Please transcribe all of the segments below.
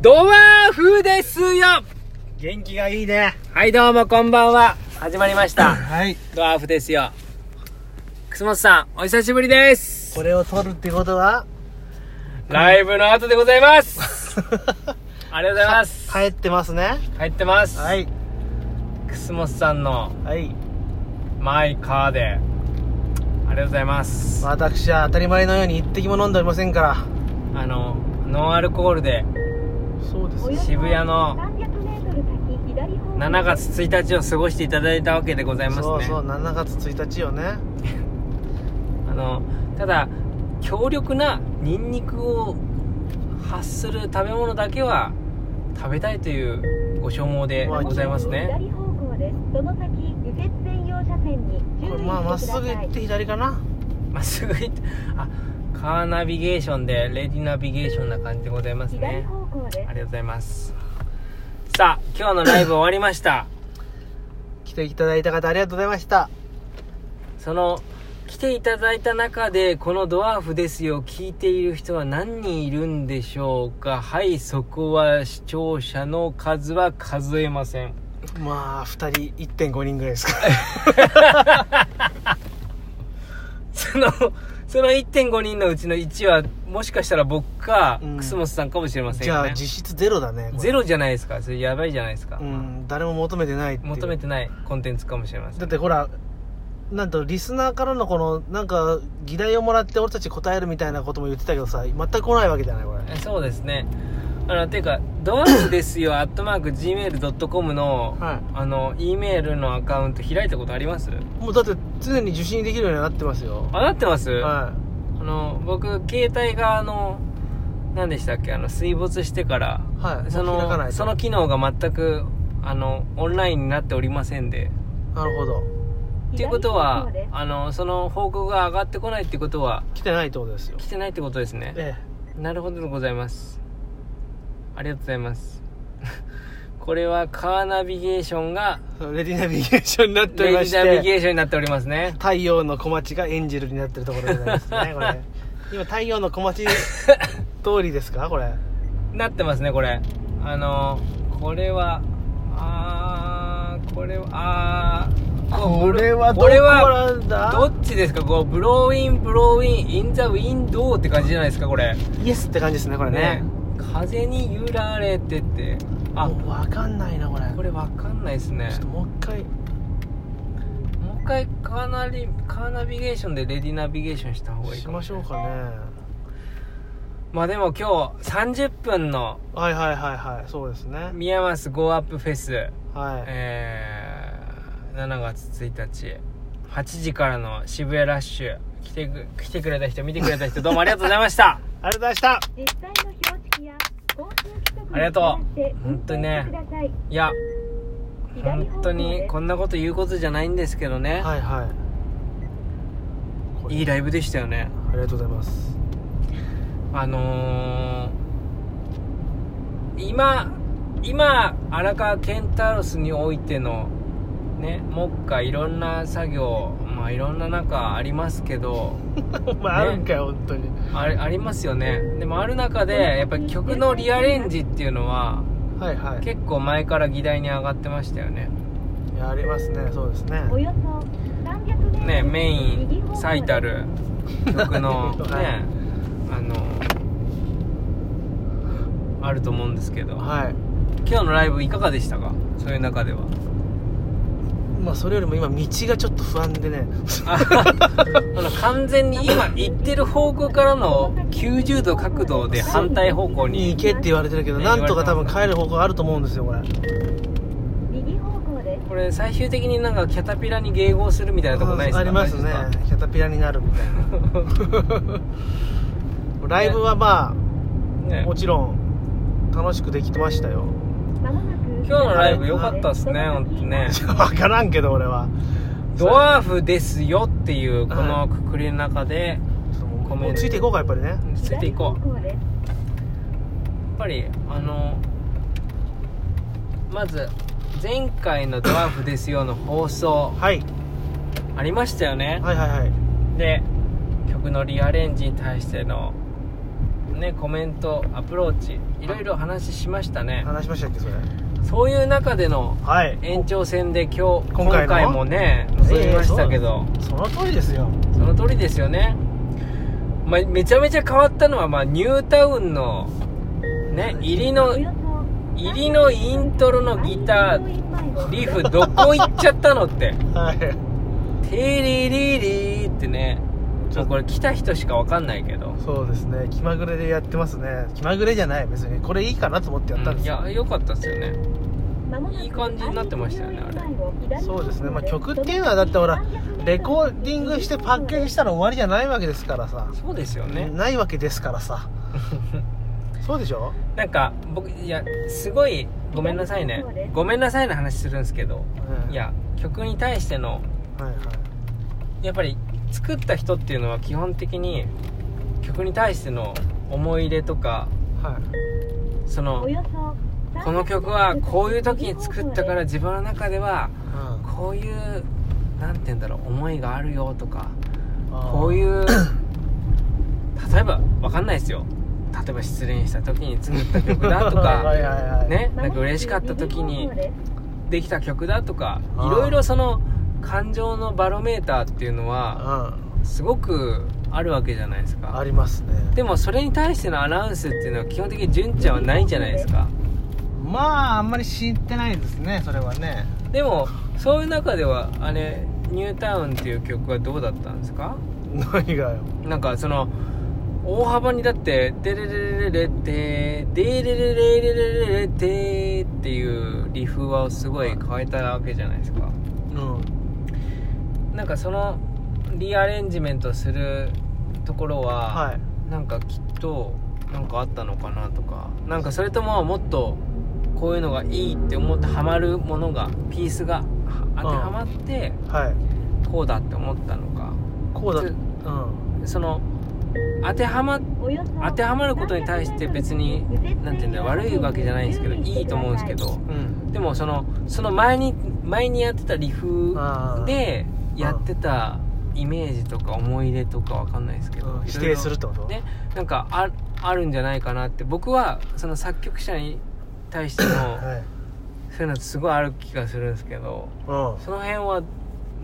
ドワーフですよ元気がいいね。はい、どうもこんばんは。始まりました。はい。ドワーフですよ。楠本さん、お久しぶりです。これを撮るってこ とは、ライブの後でございます。ありがとうございます。帰ってますね。帰ってます。はい。楠本さんのはい。マイカーで、ありがとうございます。私は当たり前のように一滴も飲んでおりませんから。あの、ノンアルコールでそうですね。渋谷の7 7月1日を過ごしていただいたわけでございますね。そうそう、7月1日よね。あのただ強力なニンニクを発する食べ物だけは食べたいというご所望でございますね左方向ですその先右折専用車線に注これ意してくださいまあ、まっすぐ行って左かな。まっすぐ行ってあカーナビゲーションでレディナビゲーションな感じでございます左ね方向ですありがとうございますさあ今日のライブ終わりました来ていただいた方ありがとうございました。その来ていただいた中でこの「ドワーフですよ」聞いている人は何人いるんでしょうかはいそこは視聴者の数は数えませんまあ、2人1.5人ぐらいですか。その、その1.5人のうちの1は、もしかしたら僕か、うん楠本さんかもしれませんじよゃねあ、。実質ゼロだね。これゼロじゃないですか。それやばいじゃないですか。うん、誰も求めてないっていう求めてないコンテンツかもしれませだっん。てほらなんとリスナーからのこのなんか議題をもらって俺たち答えるみたいなことも言ってたけどさ全く来ないわけじゃないこれえそうですね。あの、ていうか、ドアフですよ、アットマーク gmail.com の、はあの、E メールのアカウント開いたことありますいもうだって常に受信できるようになってますよあ、なってます、はあの、僕、携帯が、あの、何でしたっけ、あの、水没してから、いはいそもう開かないの、とその機能が全く、あの、オンラインになっておりませんで、なるほどっていうことは左方向ですあのその報告が上がってこないってことは来てないってことですよ来てないってことですねえなるほどでございますありがとうございます これはカーナビゲーションがえレディナビゲーションになっておレりまジしナビゲてーションになっておりますね太陽の小町がエンジェルになってるところでございますねこ れ今太陽の小町通りですかこれなってますねこれあのこれはあーこれはあーこれはどここれなはんだどっちですかこうブローインブローインインザウィンドウって感じじゃないですかこれイエスって感じですねこれねね風に揺られてってあもう分かんないなこれこれわかんないですねちょっともう一回もう一回カーナリカーナビゲーションでレディナビゲーションした方がいいしかもましょうかねまあでも今日30分のはいはいはいはいそうですね宮益ゴーアップフェス、はいえー、7月1日8時からの渋谷ラッシュ来てく来てくれた人見てくれた 人どうもありがとうございましたありがとうございました実際の標識や交通規則にありがとう従って本当にね運転してくださいいや左方本向当にこんなこと言うことじゃないんですけどね、はいはいこれいいライブでしたよねありがとうございます あのー、今今荒川ケンタロスにおいてのね目下いろんな作業まあいろんな中ありますけどお前あるんかよ本当にあれありますよねでもある中でやっぱり曲のリアレンジっていうのははいはい結構前から議題に上がってましたよねいやありますねそうですねおよそ300メートルねメイ右方向ンです最たる曲のはいねあのあると思うんですけどはい今日のライブいかがでしたかそういう中ではまあそれよりも今道がちょっと不安でねあの完全に今行ってる方向からの90度角度で反対方向いいに行けって言われてるけどねなんとか多分帰る方向あると思うんですよこれ右方向ですこれ最終的になんかキャタピラに迎合するみたいなとこないですかありますねないですかキャタピラになるみた いなライブはまあねもちろん楽しくできてましたよまもなく今今日のライブ良かったですね本当ね分からんけど俺はドワーフですよっていうこのくくりの中でちょっともうごめんもうついていこうかやっぱりねついていこう左方向ですやっぱりあのまず前回の「ドワーフですよ」の放送はいありましたよねはいはいはいで曲のリアレンジに対してのねコメントアプローチいろいろ話しましたね話しましたっけそれそういう中でのはい延長戦で今日今今回の回もね臨みましたけど、その通りですよその通りですよね、まあ、めちゃめちゃ変わったのは、まあ、ニュータウンのね入りの入りのイントロのギターーリフどこ行っちゃったのってはい「テリリリー」ってねちもょうこれ来た人しか分かんないけど、そうですね気まぐれでやってますね気まぐれじゃない別にこれいいかなと思ってやったんうんでいすよ、や良かったですよねいいいい感感じじににななっっててままししたたよよねねああれれそそううでですすね、ね、ままあ、あ、曲曲っってていいううののはだっはだっててほほららレレココーーデディィンンググししててパパッッケケーージジししたたら終わら終りわじりじゃゃなないいわわけけでですすかかららささそうですよねないわ けですからさそうでしょなんか僕いやすごいごめんなさいねごめんなさいの話するんですけどい、や曲に対してのうんはいはい、やっぱり作った人っていうのは基本的に曲に対しての思い入れとかはいそのここのの曲曲ははここうういいうう時時にに作作っったたかからら自分の中ではうんこういうなんて言うんだろう思いがあるよとかあーこういう例えばわかんないですよ例えば失恋した時に作った曲だと はかいはいはいねななんんか嬉か嬉ししかっかったた時時ににできた曲だとかあーいろいろその感情のバロメーターっていうのはうすごくあるわけじゃないですんあかりますねでもそれに対してのアナウンスっていうのは基本的に純ちゃんはないじゃないですかまああんまり知ってないですねそれはねでもそういう中ではあれ「ニュータウン」っていう曲はどうだったんですか何がよなんかその大幅にだって「デレレレレって「デレレレレレレレて」っていうリフはすごい変えたわけじゃないですかうんなんかそのリアレンジメントするところは、はいなんかきっとなんかあったのかなとかなんかそれとももっとこういうのがいいって思ってハマるものがピースがは当てはまってはいこうだって思ったのかこうだつうんその当てはま当てはまることに対して別にななんんてていうんいうだんだよ悪悪いいわわけけじじゃゃなないいんんでけですすけどどいいいいとと思思ううんんでですすけけどどうんでもそのその前に前にやってたリフあーでやってたイメージとか思い出とかわかんないですけど、いうん否ろいろ定するってことねなんかああるんじゃないかなって僕はその作曲者に対しての はいそういうのすごいある気がするんですけどうその辺は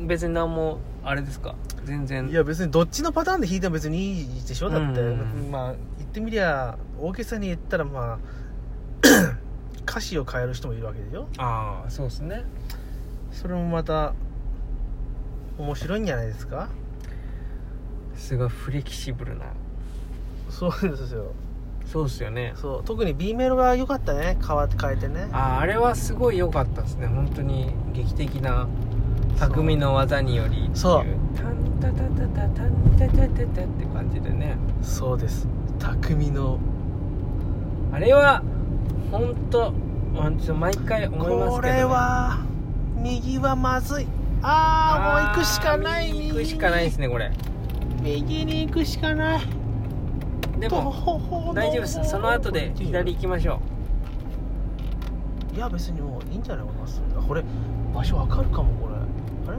別に何もあれですか全然んいや別にどっちのパターンで弾いても別にいいでしょだって、うんまあ言ってみりゃ大げさに言ったらまあ 歌詞を変える人もいるわけでしょああそうですねそれもまた面白いんじゃないですかすごいフレキシブルなそうですよそうっすよねそう特に B メロが良かったね変わって変えてねあーあれはすごい良かったですね本当に劇的な匠の技によりっていうそうタンタタタタタンタタタタって感じでねそうです匠のあれは本当まあちょっと毎回思いますけど、ね、これは右はまずいああもう行くしかない右行くしかないですねこれ右に行くしかないででも大丈夫ですその後で左行きましょいや別にもういいんじゃないかなこれ場所わかるかもこれあ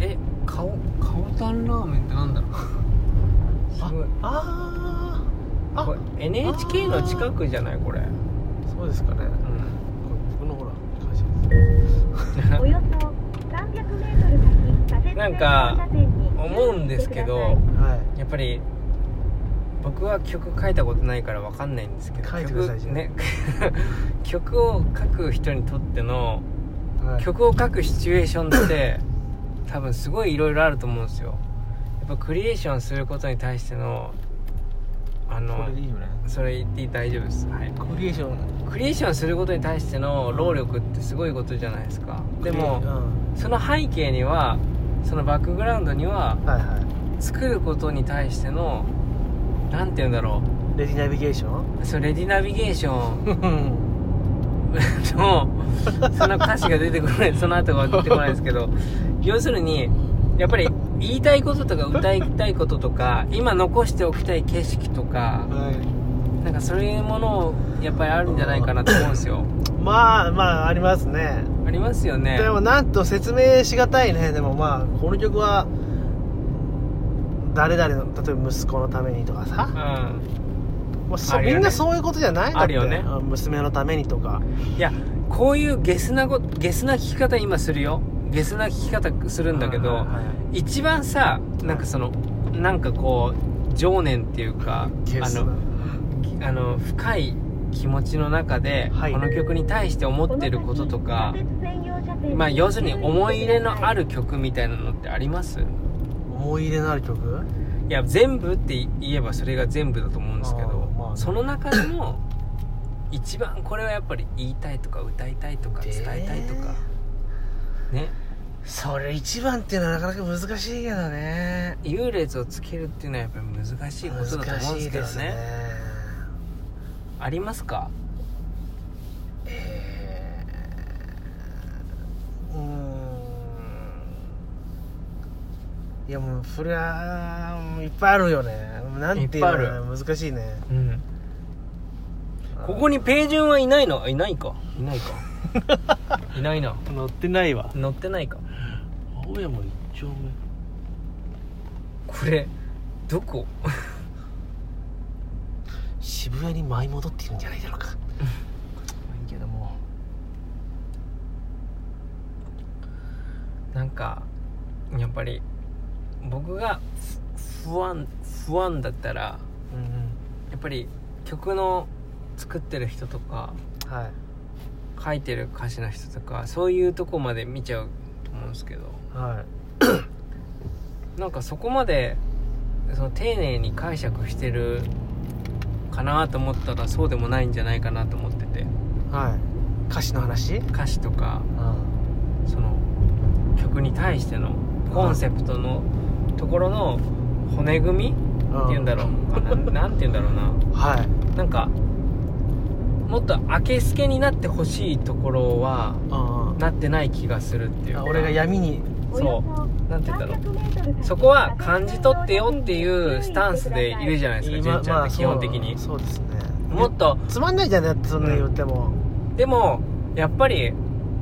れうえ顔顔タンラーメンってなんだろうすごいあーこあれ NHK の近くじゃないこれ、そうですかうねこれん、僕のほら会社なんかか思思ううんんでですすけけどどはいやっぱり僕は曲書いたことないからわかんないんですけど書いてくださいじゃ曲あね 曲を書く人にとってのはい曲を書くシチュエーションって多分すごいいろいろあると思うんですよやっぱクリエーションすることに対してのあこのれでいいよねそれ言って大丈夫です、はい、クリエーションクリエーションすることに対しての労力ってすごいことじゃないですかでうんもその背景にはそのバックグラウンドにははいは作ることに対してのなんて言うんだろいレディナビゲーションうそのレディナビゲーションうんの その歌詞が出てこないその後が出てこないですけど要するにやっぱり言いたいこととか歌いたいこととか今残しておきたい景色とかはいなんかそういうものをやっぱりあるんじゃないかなと思うんですよまあまあありますねありますよねでもなんと説明しがたいねでもまあこの曲は誰々の例えば息子のためにとかさ、うもうそあるよねみんなそういうことじゃないだってあるよね娘のためにとかんいやこういうゲスなこゲスな聞き方今するよゲスな聞き方するんだけはどいはいはい一番さなんかそのなんかこう情念っていうかゲあスなのあの深い気持ちの中で、はいこの曲に対して思ってることとかまあ要するに思い入れのある曲みたいなのってありますい思い入れのある曲や全部って言えばそれが全部だと思うんですけどあー、まあねその中でも一番これはやっぱり言いたいとか歌いたいとか伝えたいとかねそれ一番っていうのはなかなか難しいけどね優劣をつけるっていうのはやっぱり難しいことだと思うんですけど難しいねありますかえーうーんいやもうそりゃもういっぱいあるよねなんていうのかいっぱいあな難しいねうんここにページュンはいないのあいないかいないか いないな乗ってないわ乗ってないか青山一丁目これどこ 渋谷に舞い戻っているんじゃないだろうかいいけどもなんかやっぱり僕がふ不安不安だったらうんやっぱり曲の作ってる人とかはい書いてる歌詞の人とかそういうとこまで見ちゃうと思うんですけどはいなんかそこまでその丁寧に解釈してるかなと思ったらそうでもないんじゃないかなと思っててはい歌詞の話うん歌詞とかその曲に対してのコンセプトのところの骨組みっていうんだろうかななんて言うんだろうなはいなんかもっと明けすけになってほしいところはあなってない気がするっていうあか俺が闇にそうなんて言うんだろううそこは感じ取ってよっていうスタンスでいるじゃないですか純ちゃんって基本的にそうですねもっとつまんないじゃんだってそんな言っても、でもやっぱり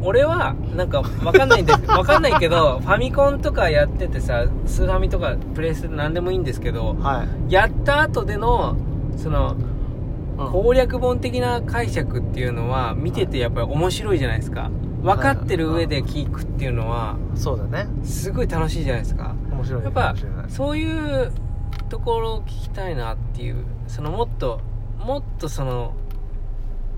俺はなんかわかんないんでわかんないけどファミコンとかやっててさスーファミとかプレイステ何でもいいんですけどはい、やった後でのそのこ攻略本的な解釈っていうのは見ててやっぱり面白いじゃないですか分かってる上で聞くっていうのはうそうだねすごい楽しいじゃないですか面白いやっかぱもしれないそういうところを聞きたいなっていうそのもっともっとその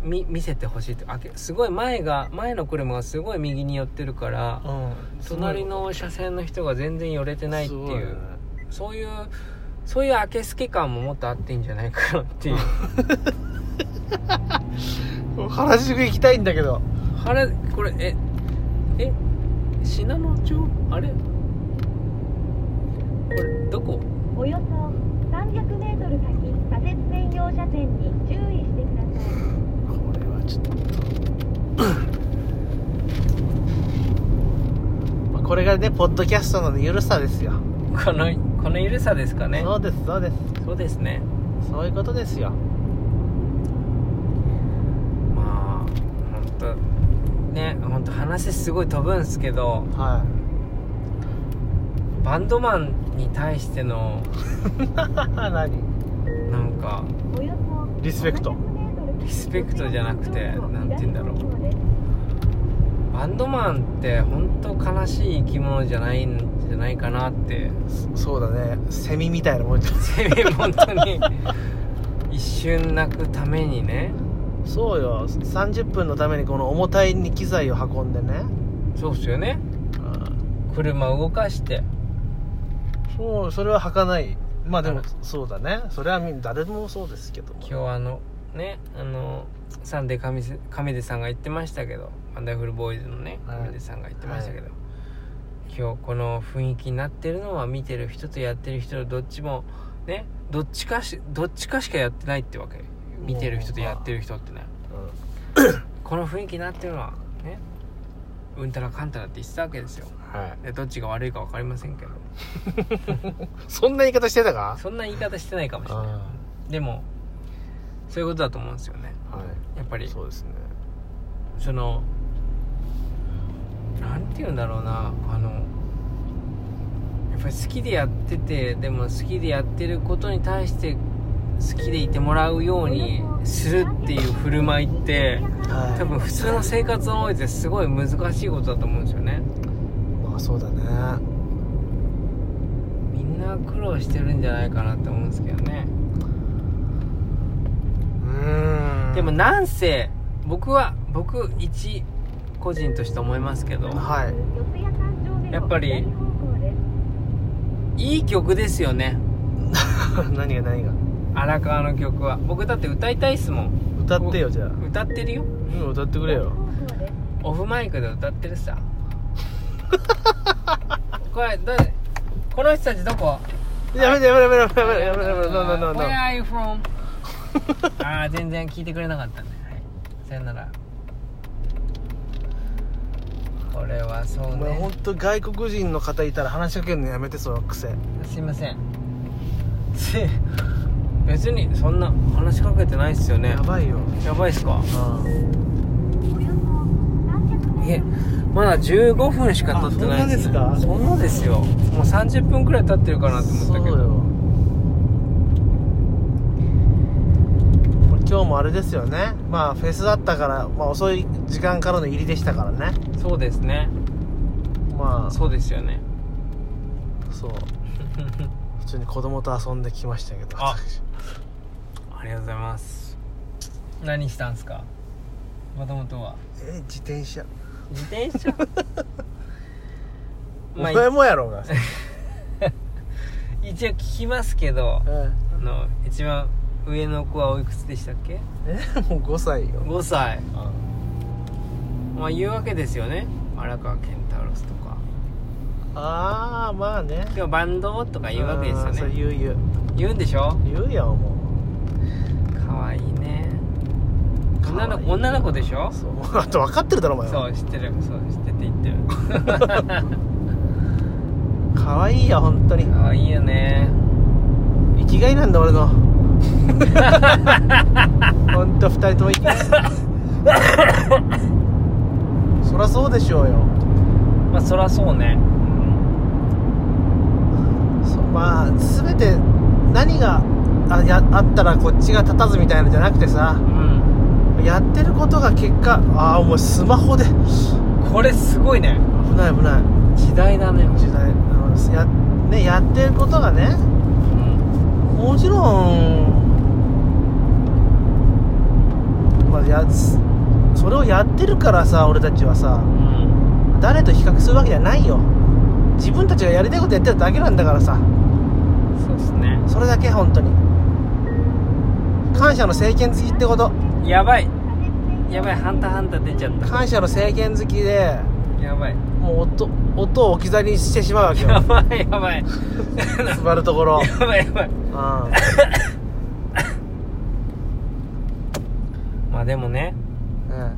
見見せてほしいってあけすごい前が前の車がすごい右に寄ってるからうん隣の車線の人が全然寄れてないっていうすごねそういうそういう明け透け感ももっとあっていいんじゃないかなっていう原宿行きたいんだけどあれこれええ信濃町あれこれどこおよそ300メートル先左折専用車線に注意してくださいこれはちょっとまあこれがねポッドキャストのゆるさですよ、このこの緩さですかねそうですそうですそうですねそういうことですよまあ本当ね本当話すごい飛ぶんすけどはバンドマンに対してのい 何なんかおよそリスペクトリスペクトじゃなくてなんて言うんだろうバンドマンって本当悲しい生き物じゃないんじゃないかなってそうだねセミみたいなもんじゃんせめ本当に一瞬泣くためにねそうよ30分のためにこの重たい機材を運んでねそうっすよね車動かしてそうそれは履かないまあでもあらそうだねそれはみ誰もそうですけども今日あのねあのサンデー亀せ亀出さんが言ってましたけどワンダフルボーイズのねはい亀出さんが言ってましたけど、今日この雰囲気になってるのは見てる人とやってる人のどっちもねどっちかしどっちかしかやってないってわけ見てる人とやってる人ってねこの雰囲気になってるのはねうんたらかんたらって言ってたわけですよはいでどっちが悪いか分かりませんけどそんな言い方してたかそんな言い方してないかもしれなあいでもそういうことだと思うんですよねはやっぱりうですねそのなんて言うんだろうなあのやっぱり好きでやっててでも好きでやってることに対して好きでいてもらうようにするっていう振る舞いってはい多分普通の生活においてすごい難しいことだと思うんですよねまあそうだねみんな苦労してるんじゃないかなって思うんですけどねうんでもなんせ僕は僕一個人として思いますけどはい やっぱりいい曲ですよね何が何が荒川の曲は僕だって歌いたいっすもん歌ってよじゃあ歌ってるようん歌ってくれよオフマイクで歌ってるさこれどれこの人たちどこやめてやめてやめてやめてやめてやめてやめてやめて Where や are you from? ああ全然聞いてくれなかったねはいさよならこれはそめておう前ね本当外国人の方いたら話しかけるのやめてその癖すいませんせ別にそんな話しかけてないっすよねやばいよやばいっすかうんいえまだ15分しか経ってないねあそそんなですよもう30分くらい経ってるかなと思ったけそうどよこれ今日もあれですよねまあフェスだったから、まあ、遅い時間からの入りでしたからねそうですねまあそうですよね そう普通に子供と遊んできましたけどあ私ありがとうございます何したんすかもともとはえ自転車自転 車おま前あもやろうが、一応聞きますけどうんあの一番上の子はおいくつでしたっけえもう5歳よ5歳まあ言うわけですよね荒川健太郎スとかああまあねでもバンドとか言うわけですよあーそうね言う言う言うんでしょ言うよもかわいいねう女の可愛い女の子でしょそうあと分かってるだろお前はそう知ってるそう知ってて言ってる かわいいよ本当にかわいいよね生きがいなんだ俺の本当二人とも生きがいそりゃそうでしょうよまあそらそうねそうまあ全て何があやあったらこっちが立たずみたいなのじゃなくてさうんやってることが結果ああお前スマホで危これすごいねない危ない時代だね時代あのや,、ね、やってることがうねんもちろん、まあ、やすそれをやってるからさ俺たちはさうん誰と比較するわけじゃないよ自分たちがやりたいことやってるだけなんだからさそうですねそれだけ本当に感謝の政権好きってことやばいやばいハンターハンター出ちゃった感謝の政権好きでやばいもう音音を置き去りにしてしまうわけやよばいや ばい座るところやばいやばいまあでもねうん、うん、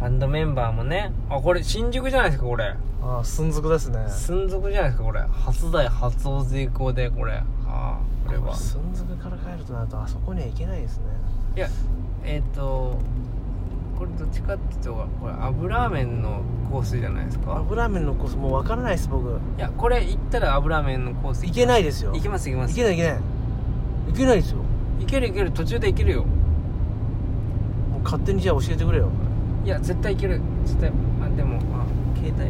バンドメンバーもねあこれ新宿じゃないですかこれああ寸足ですね寸足じゃないですかこれ初代初大成功でこれはあこれは寸足から帰るとなるとあそこには行けないですねいやえっ、とこれどっちかっていうとこれ油ラーメンのコースじゃないですか油麺のコースもう分からないです僕いやこれ行ったら油ラーメンのコース行けないいですよ行けます行けます行けない行けない行けないですよいけるいける途中で行けるよもう勝手にじゃあ教えてくれよいや絶対いける絶対あでもあ携帯あ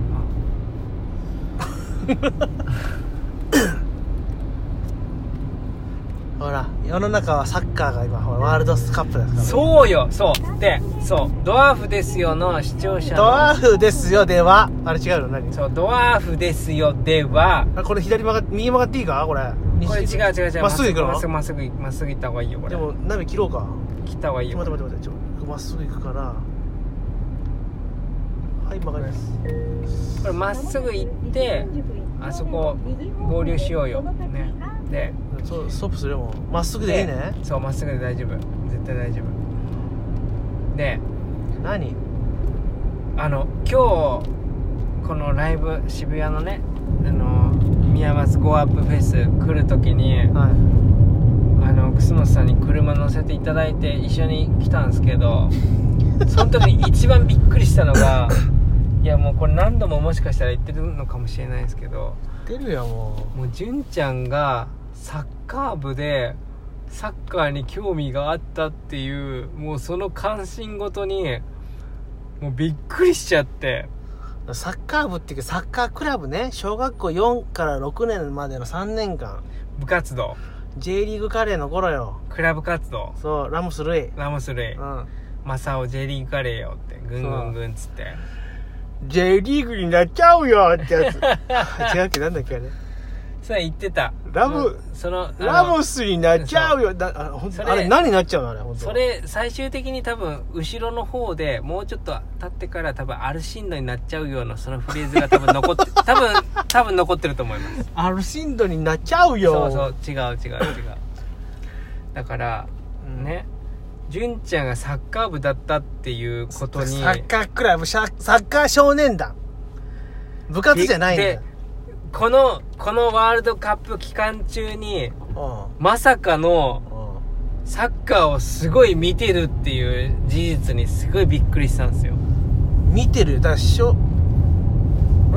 ほら世の中はサッカーが今ほらワールドカップですからそうよそうでそうドワーフですよの視聴者のドワーフですよではあれ違うの何そうドワーフですよではあこれ左曲が右曲がっていいかこれこれ違う違う違うまっすぐ行くまっすぐのまっすぐまっすぐ行った方がいいよこれでも鍋切ろうか切った方がいい待ってよ待って待ってちょまっすぐ行くからはい曲がりますこれまっすぐ行ってあそこ合流しようよねでそうストップするよもうまっすぐでいいねでそうまっすぐで大丈夫絶対大丈夫で何あの今日このライブ渋谷のねあの宮益ゴーアップフェス来る時にはあの楠本さんに車乗せていただいて一緒に来たんですけ どその時に一番びっくりしたのがいやもうこれ何度ももしかしたら言ってるのかもしれないですけどいってるよももう純ちゃんがサッカー部でサッカーに興味があったっていうもうその関心ごとにもうびっくりしちゃってうサッカー部っていうかサッカークラブね小学校4から6年までの3年間部活動 J リーグカレーの頃よクラブ活動そうラモス・ルイ、ラモス類うん、マサオ J リーグカレーよってぐんぐんぐんっつって J リーグになっちゃうよってやつ 違うっけなんだっけあれそれ言ってたラブそのそのラモススになっちゃうよだあほんそとれあれ何になっちゃうのあれ本当それ最終的に多分後ろの方でもうちょっと経ってから多分アルシンドになっちゃうようなそのフレーズが多分残って多分多分残ってると思いますアルシンドになっちゃうよそうそう違う違う違うだからうんね純ちゃんがサッカー部だったっていうことにサッカークラブシャサッカー少年団部活じゃないんだでこのこのワールドカップ期間中にうんまさかのうんサッカーをすごい見てるっていう事実にすごいびっくりしたんですよ見てるよだからしょ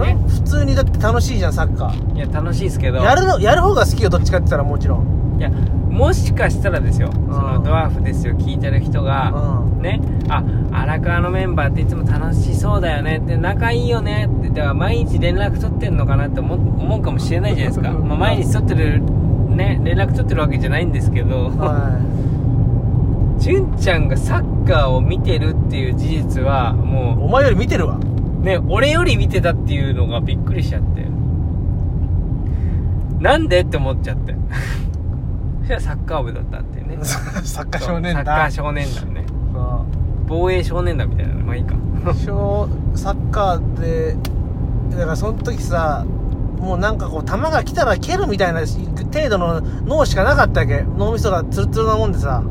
えん普通にだって楽しいじゃんサッカーいや楽しいですけどやるのやる方が好きよどっちかって言ったらもちろんいやもしかしたらですよそのドワーフですよ聞いてる人が、うんね、あ荒川のメンバーっていつも楽しそうだよねって仲いいよねってだから毎日連絡取ってんのかなって思思うかもしれないじゃないですか、まあ、毎日取ってるね連絡取ってるわけじゃないんですけど は純ちゃんがサッカーを見てるっていう事実はいもお前より見てるわうね俺より見てたっていうのがびっくりしちゃってなんでって思っちゃって そしたらサッカー部だったっていうね サッカーそう少年サッカー団少年団ね防衛少年団みたいなのまあいいかそう小サッカーでだからその時さもうなんかこう球が来たら蹴るみたいな程度の脳しかなかったわけ脳みそがツルツルなもんでさ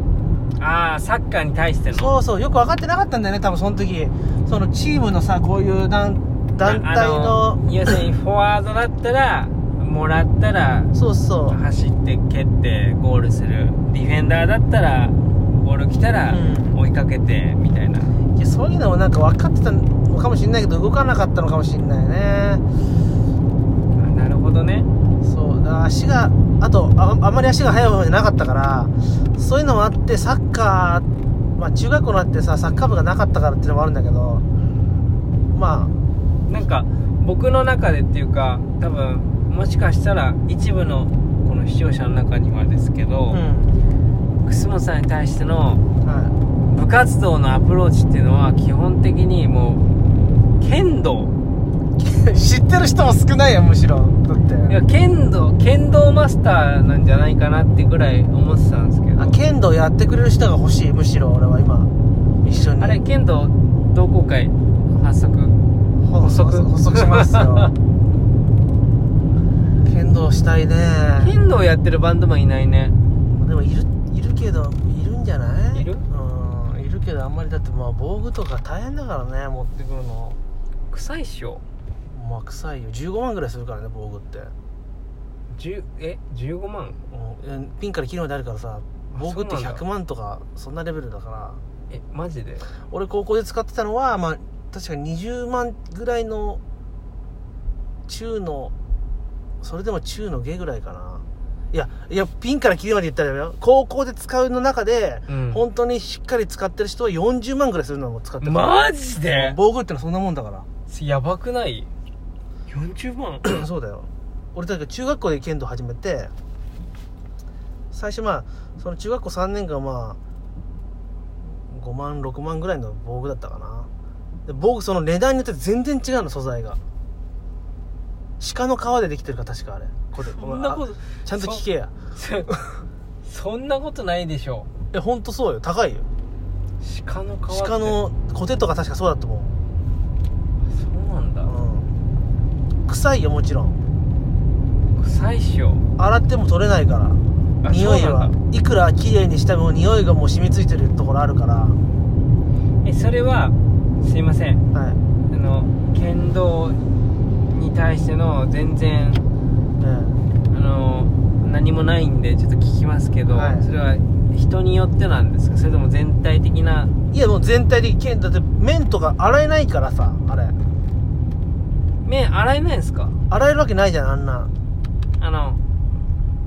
ああサッカーに対してのそうそうよく分かってなかったんだよね多分その時そのチームのさこういう団団体ああの要するにフォワードだったらもらったらそうそう走って蹴ってゴールするディフェンダーだったらボール来たらうん追いかけてみたいな、いやそういうのもなんか分かってたのかもしれないけど動かなかったのかもしれないねあなるほどねそうだから足があとああんまり足が速い方じゃなかったからそういうのもあってサッカー、まあ、中学校になってさサッカー部がなかったからっていうのもあるんだけどまなんか僕の中でっていうか多分もしかしたら一部のこの視聴者の中にはですけあどう、ん楠本さんに対してのは部活動のアプローチっていうのは基本的にもう剣道い 知ってる人も少ないよむしろだっていや剣道剣道マスターなんじゃないかなってぐらい思ってたんですけどあ剣道やってくれる人が欲しいむしろ俺は今一緒にあれ剣道同好会発足補補足足補足しま すよ剣道したいね剣道やってるバンドマンいないねでもいるいるけどいるんじゃないいるうんいるけどあんまりだってまあ防具とか大変だからね持ってくるの臭いっしょまあ臭いよ15万ぐらいするからね防具って、 10え15万うんえ、ピンから切るまであるからさ防具ってそうなんだ100万とかそんなレベルだからえマジで俺高校で使ってたのはまあ確か20万ぐらいの中のそれでも中の下ぐらいかないやいやピンから切りまで言ったらよ高校で使うの中で、うん本当にしっかり使ってる人は40万ぐらいするのも使ってるマジで防具ってのはそんなもんだからやばくない40万 そうだよ俺だから中学校で剣道始めて最初まあその中学校3年間まあ5万6万ぐらいの防具だったかなで防具その値段によって全然違うの素材が鹿の皮でできてるから確かあれこれ そんなことあちゃんと聞けやそそんなことないでしょえほんとそうよ高いよ鹿の皮って鹿のコテとか確かそうだと思そうなんだう、うん、臭いよもちろん臭いっしょ洗っても取れないからあ匂いそうなはんだいくら綺麗にしても匂いがもう染みついてるところあるからはえそれはすいませんい、あの剣道に対しての全然えあの何もないんでちょっと聞きますけど、はいそれは人によってなんですかそれとも全体的なえいやもう全体的にだって麺とか洗えないからさあれ麺洗えないんですか洗えるわけないじゃんあんなあの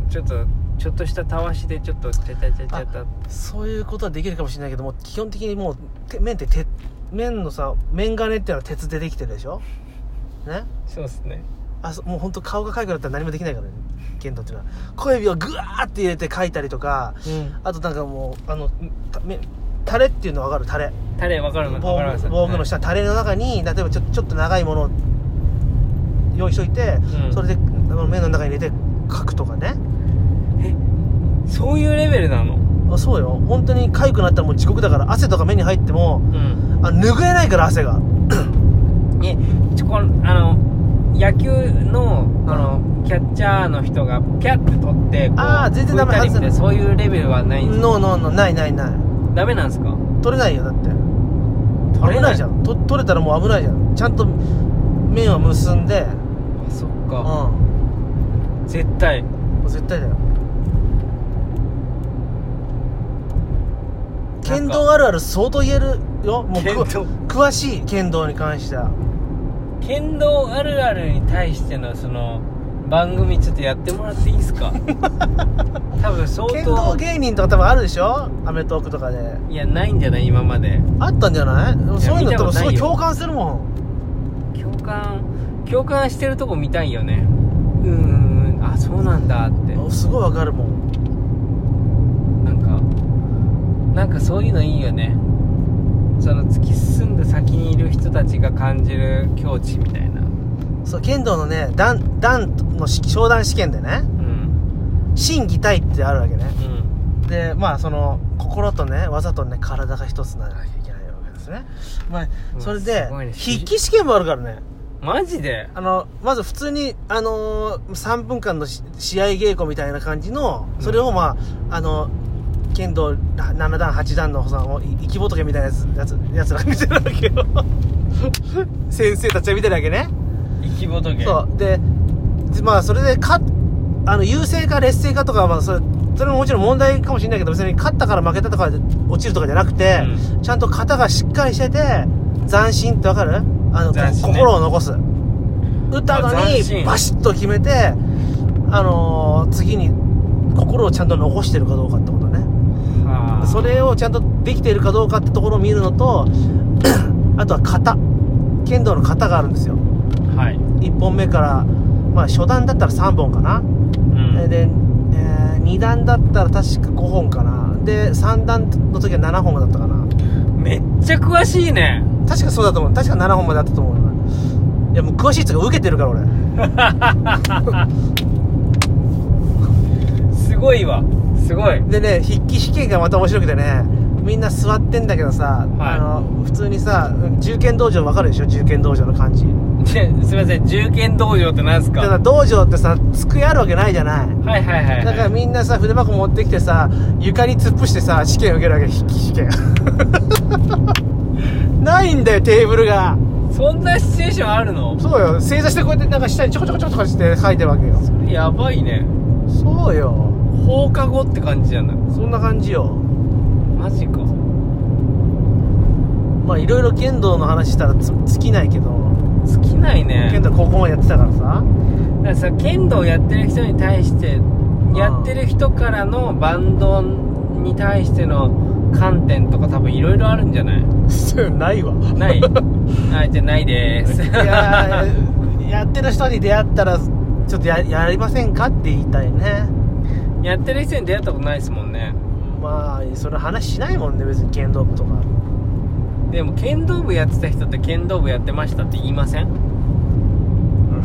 ちょっとちょっとしたたわしでちょっとちゃちゃちゃちゃちゃそういうことはできるかもしれないけども基本的にもうて麺って鉄麺のさ麺金っていうのは鉄でできてるでしょねそうですねあそもう本当顔がかゆくなったら何もできないからね剣道っていうのは小指をグワーって入れて書いたりとかうんあとなんかもうあのためタレっていうの分かるタレタレわかるの防わかります具防具の下、タレの中に例えばちょちょっと長いものを用意しといて、うんそれであの麺の中に入れて書くとかねはいそういうレベルなのあそうよ本当に痒くなったらもう地獄だから汗とか目に入ってもうんあ拭えないから汗がえちょこのあの野球のこのキャッチャーの人がピャって取ってこうあー全然ダメ拭いたりみたいな外せそういうレベルはないんですかノーノーノーないないないダメなんですか取れないよだって取れな危ないいじゃんと取れたらもう危ないじゃんちゃんと麺を結んであそっうかん絶対絶対だよ剣道あるある相当言えるよもう剣道く詳しい剣道に関しては剣道あるあるに対してのその番組ちょっとやってもらっていいです か多分相当剣道芸人とか多分あるでしょアメトークとかでいやないんじゃない今まであったんじゃないでもそういうの多分すごい見たことないよ共感するもん共感共感してるとこ見たいよねうんうんうんあそうなんだってあすごいわかるもんなんかなんかそういうのいいよねその突き進んだ先にいる人たちが感じる境地みたいなそう剣道のね段段のし商談試験でねうん心技体ってあるわけねうんでまあその心とね技とね体が一つにならなきゃいけないわけですねまあうんそれですごいね筆記試験もあるからねマジであのまず普通にあのー、3分間のし試合稽古みたいな感じのそれをまああの剣道7段8段のそのい生き仏みたいなやつやつやつらが見てるわけよ 先生たちが見てるわけね生き仏そうででまあそれで勝っあの優勢か劣勢かとかはまあそれそれももちろん問題かもしれないけど別に勝ったから負けたとかで落ちるとかじゃなくて、うちゃんと型がしっかりしてて斬新ってわかるあの、こ斬新ね心を残す打った後あ斬新にバシッと決めてあのー次に心をちゃんと残してるかどうかってことねはあそれをちゃんとできているかどうかってところを見るのと あとは型剣道の型があるんですよはい、 1本目から、まあ、初段だったら3本かな、うんえーで、え2段だったら確か5本かなで3段の時は7本だったかなめっちゃ詳しいね確かそうだと思う確か7本まであったと思うよいやもう詳しいっつうか受けてるから俺すごいわすごいでね筆記試験がまた面白くてねみんな座ってんだけどさ、はいあの普通にさ銃剣道場わかるでしょ銃剣道場の感じですみません銃剣道場ってなんですかだかはら道場ってさ机あるわけないじゃないいはいはい、はい、だからみんなさ筆箱持ってきてさ床に突っ伏してさ試験受けるわけ筆記試験 ないんだよテーブルがそんなシチュエーションあるのそうよ正座してこうやってなんか下にちょこちょこちょこちょこして書いてるわけよやばいねそうよ放課後って感じじゃないそんな感じよマジかまあいろいろ剣道の話したらつ尽きないけど尽きないね剣道高校までやってたからさだからさ剣道やってる人に対してやってる人からのバンドに対しての観点とか多分いろいろあるんじゃないそう ないわないあじゃあないでーすいやーやってる人に出会ったらちょっとややりませんかって言いたいね やってる人に出会ったことないですもんねまあそれ話しないもんね別に剣道部とかでも剣道部やってた人って剣道部やってましたって言いません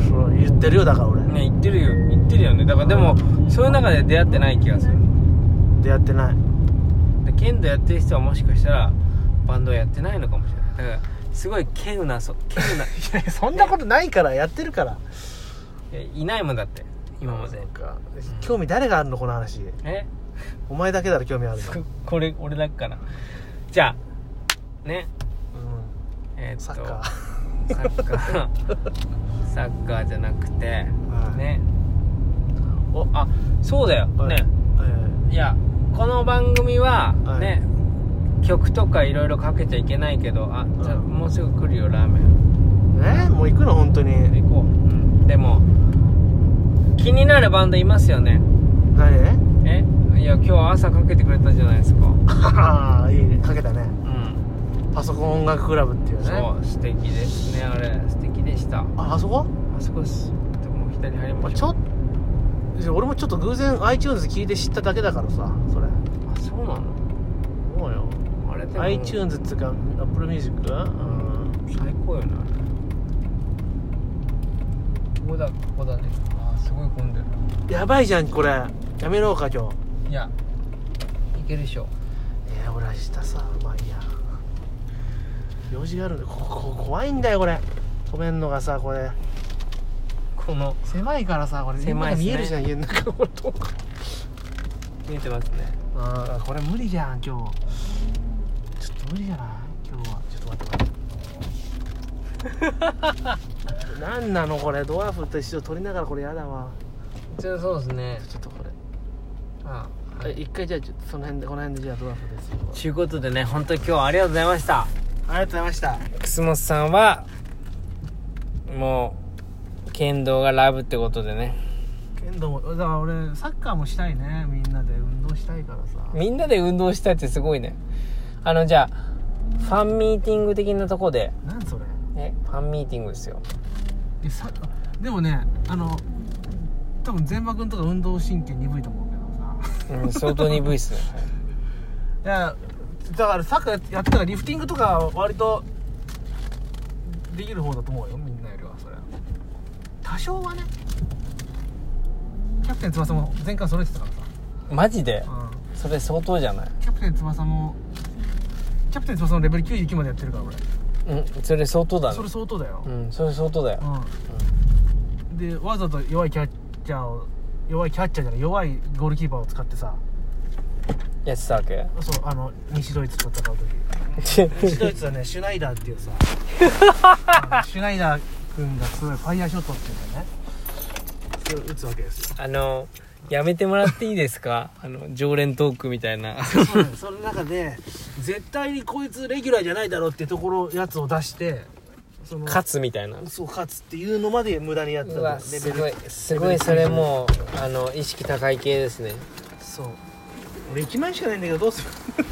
そう言ってるよだから俺ね言ってるよ言ってるよねだからでもそういう中で出会ってない気がする出会ってないで剣道やってる人はもしかしたらバンドやってないのかもしれないだからすごい稀有なそ稀 有なそんなことないからやってるからえいないもんだって今までそうか興味誰があるのこの話え お前だけだろ興味あるの、ここれ俺だけかなじゃあねうえーっん、とサッカサッカー サッカーじゃなくてー、はいねおあそうだよ、はいねえいやこの番組ははいね、曲とかいろいろかけちゃいけないけどあじゃあうんもうすぐ来るよラーメンええもう行くの本当に行こう、うん、でも気になるバンドいますよね誰えいや今日朝かけてくれたじゃないですかああいいねかけたねうんパソコン音楽クラブっていうねそう素敵ですねあれ素敵でしたああそこあそこですでも左入りままあしちょうょっと俺もちょっと偶然 iTunes で聞いて知っただけだからさそれあそうなのそうよあれでも iTunes っていうか Apple Music うん最高よねあれここだここだねあーすごい混んでるやばいじゃんこれやめろ課長いやいけるでしょえー、俺明日さまあいいや用事があるんでこここ怖いんだよこれ止めんのがさこれこの狭いからさこれ狭いっすね見えるじゃん家の中これどこ見えてますねあーこれ無理じゃん今日ちょっと無理じゃない今日はちょっと待って待 ってなんなのこれドワーフと一緒に撮りながらこれやだわじゃあそうですねちょっとこれあえ一回じゃあちょっとその辺でこの辺でじゃあドワーフですよということでね本当に今日はありがとうございましたありがとうございました楠本さんはもう剣道がラブってことでね剣道もだから俺サッカーもしたいねみんなで運動したいからさみんなで運動したいってすごいねあのじゃあファンミーティング的なとこでなんそれねファンミーティングですよえさでもねあの多分全馬君とか運動神経鈍いと思うけどさうん相当鈍いっすね いやだからサッカーやってたらリフティングとか割とできる方だと思うよみんなよりはそれは多少はねキャプテン翼も前回それてたからマジでさ、それ相当じゃないキャプテン翼もキャプテン翼のレベル99までやってるから俺うんそれ相当だねそれ相当だよ、うんそれ相当だようんでわざと弱いキャッチャーを弱いキャッチャーじゃない弱いゴールキーパーを使ってさやってたわけ そうあの西ドイツと戦う時西ドイツはねシュナイダーってい うさあのシュナイダー君がすごいファイヤーショットっていうのねそれを打つわけですよあのやめてもらっていいですかあの常連トークみたい なそうなのその中で絶対にこいつレギュラーじゃないだろうってところやつを出してその勝つみたいなそう勝つっていうのまで無駄にやってたうのわレすベルごいすごいそれもうあの意識高い系ですねそう俺1枚しかないんだけどどうする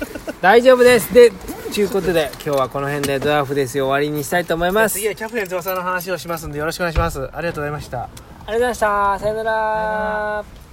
大丈夫ですでということで今日はこの辺でドラフですよ終わりにしたいと思いますあ次はキャプテン翼の話をしますんでよろしくお願いしますありがとうございましたりがとうございましたさよなら